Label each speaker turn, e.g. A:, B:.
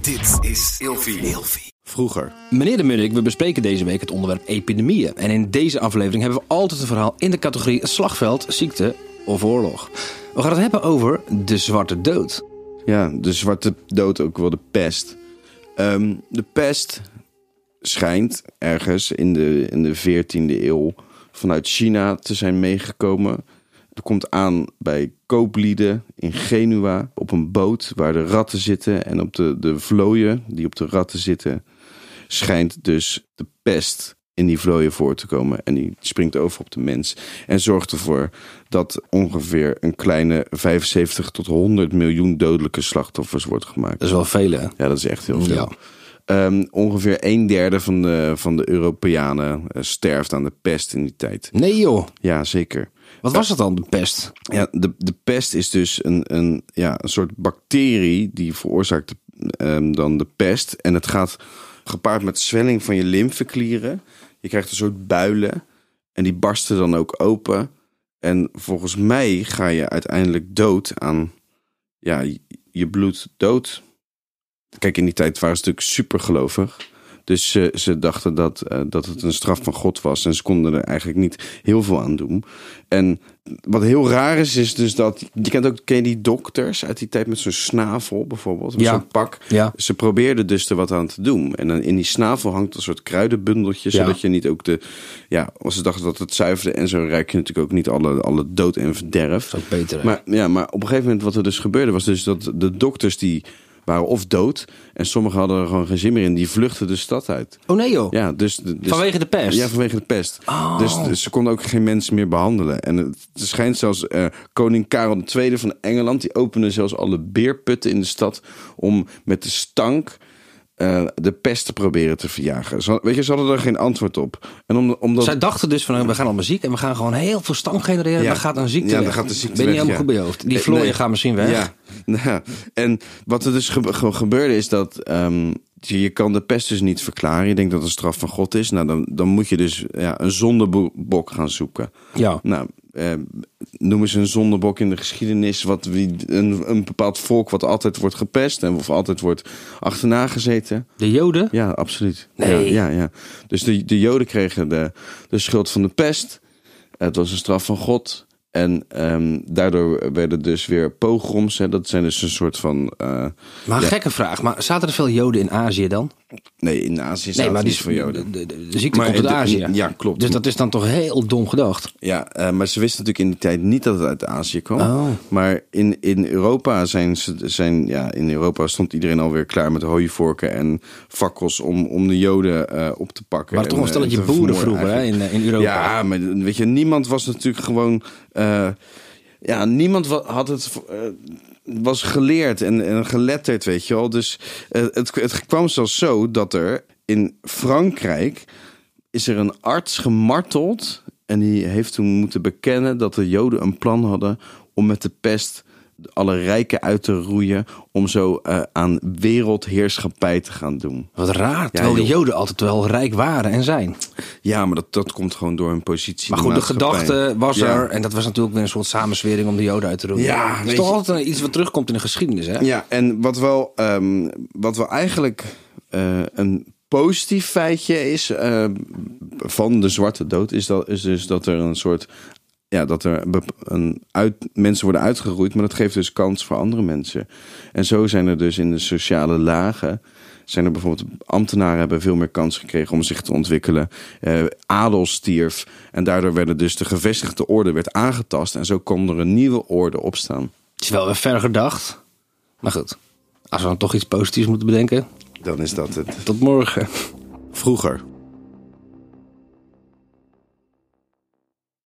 A: Dit is Ilfie.
B: Vroeger.
C: Meneer de Munnik, we bespreken deze week het onderwerp epidemieën. En in deze aflevering hebben we altijd een verhaal in de categorie slagveld, ziekte of oorlog. We gaan het hebben over de Zwarte Dood.
B: Ja, de zwarte dood ook wel de pest. Ehm, de pest schijnt ergens in de, in de 14e eeuw vanuit China te zijn meegekomen. Het komt aan bij kooplieden in Genua op een boot waar de ratten zitten. En op de, de vlooien die op de ratten zitten schijnt dus de pest in die vlooien voor te komen. En die springt over op de mens. En zorgt ervoor dat ongeveer een kleine 75 tot 100 miljoen dodelijke slachtoffers wordt gemaakt.
C: Dat is wel veel, hè?
B: Ja, dat is echt heel veel.
C: Ja.
B: Ehm, ongeveer een derde van de, van de Europeanen eh, sterft aan de pest in die tijd.
C: Nee joh,
B: Ja, zeker.
C: wat was het dan, de pest?
B: Ja, de, de pest is dus een, een, ja, een soort bacterie die veroorzaakt ehm, dan de pest. En het gaat gepaard met zwelling van je lymfeklieren. Je krijgt een soort builen en die barsten dan ook open. En volgens mij ga je uiteindelijk dood aan ja, je- je bloed dood. Kijk, in die tijd waren ze natuurlijk supergelovig. Dus ze, ze dachten dat, eh, dat het een straf van God was. En ze konden er eigenlijk niet heel veel aan doen. En wat heel raar is, is dus dat... Je kent ook ken je die dokters uit die tijd met zo'n snavel bijvoorbeeld. Met
C: Ja.
B: zo'n pak.
C: Ja.
B: Ze probeerden dus er wat aan te doen. En dan in die snavel hangt een soort kruidenbundeltje.
C: Ja.
B: Zodat je niet ook de... Ja, als ze dachten dat het zuiverde en zo... ruik je natuurlijk ook niet alle, alle dood en verderf.
C: Dat is ook beter, hè?
B: Maar, ja, maar op een gegeven moment wat er dus gebeurde was dus dat de dokters die waren of dood en sommigen hadden er gewoon geen zin meer in. Die vluchtten de stad uit.
C: Oh nee joh,
B: Ja, dus, dus-
C: Vanwege de pest? Oh.
B: Ja, vanwege de pest. Dus, dus ze konden ook geen mensen meer behandelen. En het schijnt zelfs eh, koning Karel II van Engeland... die opende zelfs alle beerputten in de stad... om met de stank eh, de pest te proberen te verjagen. Ze, had- weet je, ze hadden er geen antwoord op. En om, omdat...
C: zij dachten dus van we gaan allemaal ziek en we gaan gewoon heel veel stank genereren.
B: Ja.
C: Dan gaat een ziekte
B: Ja, dan
C: weg.
B: gaat de
C: Ben
B: ziekte
C: je niet
B: weg,
C: helemaal goed bij
B: ja.
C: je hoofd. Die
B: Eh,
C: vlooien
B: nee.
C: gaan misschien weg.
B: Ja, nou, en wat er dus gebe- ge- gebeurde is dat ehm, je, je kan de pest dus niet verklaren. Je denkt dat het een straf van God is. Nou, dan, dan moet je dus ja, een zondebok gaan zoeken.
C: Ja.
B: Nou, eh, noem eens een zondebok in de geschiedenis. Wat, wie, een, een bepaald volk wat altijd wordt gepest en of altijd wordt achterna gezeten.
C: De joden?
B: Ja, absoluut.
C: Nee.
B: Ja, ja, ja. Dus de, de Joden kregen de, de schuld van de pest. Het was een straf van God. En ehm, daardoor werden dus weer pogroms. Hè, dat zijn dus een soort van. eh,
C: Maar een gekke vraag, maar zaten er veel joden in Azië dan?
B: nee, in Azië staat
C: Nee, maar die
B: niet voor Joden.
C: De, de- de ziekte
B: Maar
C: komt uit
B: de-
C: Azië.
B: ja, klopt.
C: Dus dat is dan toch heel dom gedacht.
B: Ja, eh, maar ze wisten natuurlijk in die tijd niet dat het uit Azië kwam.
C: Oh.
B: Maar in, in Europa zijn ze zijn, ja, in Europa stond iedereen alweer klaar met hooivorken en fakkels om, om de Joden eh, op te pakken.
C: Maar toch
B: en,
C: een stelletje
B: eh, te
C: boeren
B: vermoorden
C: vroeger hè, in, eh, in Europa.
B: Ja, maar weet je, niemand was natuurlijk gewoon. eh, ja, niemand wa- had het. eh, was geleerd en, en geletterd, weet je wel. Dus eh, het, het kwam zelfs zo dat er in Frankrijk. is er een arts gemarteld. En die heeft toen moeten bekennen dat de Joden een plan hadden. om met de pest alle rijken uit te roeien. om zo eh, aan wereldheerschappij te gaan doen.
C: Wat raar, terwijl de
B: joh.
C: joden altijd wel rijk waren en zijn.
B: Ja, maar dat, dat komt gewoon door hun positie.
C: Maar
B: in
C: goed, de
B: maatschappij.
C: gedachte was
B: Ja.
C: er. En dat was natuurlijk weer een soort samenswering om de joden uit te roepen.
B: Ja,
C: dat is
B: weet
C: toch
B: je.
C: altijd eh, iets wat terugkomt in de geschiedenis, hè?
B: Ja, en wat wel, ehm, wat wel eigenlijk eh, een positief feitje is ehm, van de zwarte dood, is, dat, is dus dat er een soort. Ja, dat er een bep- een uit, mensen worden uitgeroeid, maar dat geeft dus kans voor andere mensen. En zo zijn er dus in de sociale lagen. Zijn er bijvoorbeeld ambtenaren hebben veel meer kans gekregen om zich te ontwikkelen. Eh, adel stierf. En daardoor werden dus de gevestigde orde werd aangetast. En zo kon er een nieuwe orde opstaan.
C: Het is wel weer ver gedacht. Maar goed, als we dan toch iets positiefs moeten bedenken,
B: Dan is dat het.
C: tot morgen.
B: Vroeger.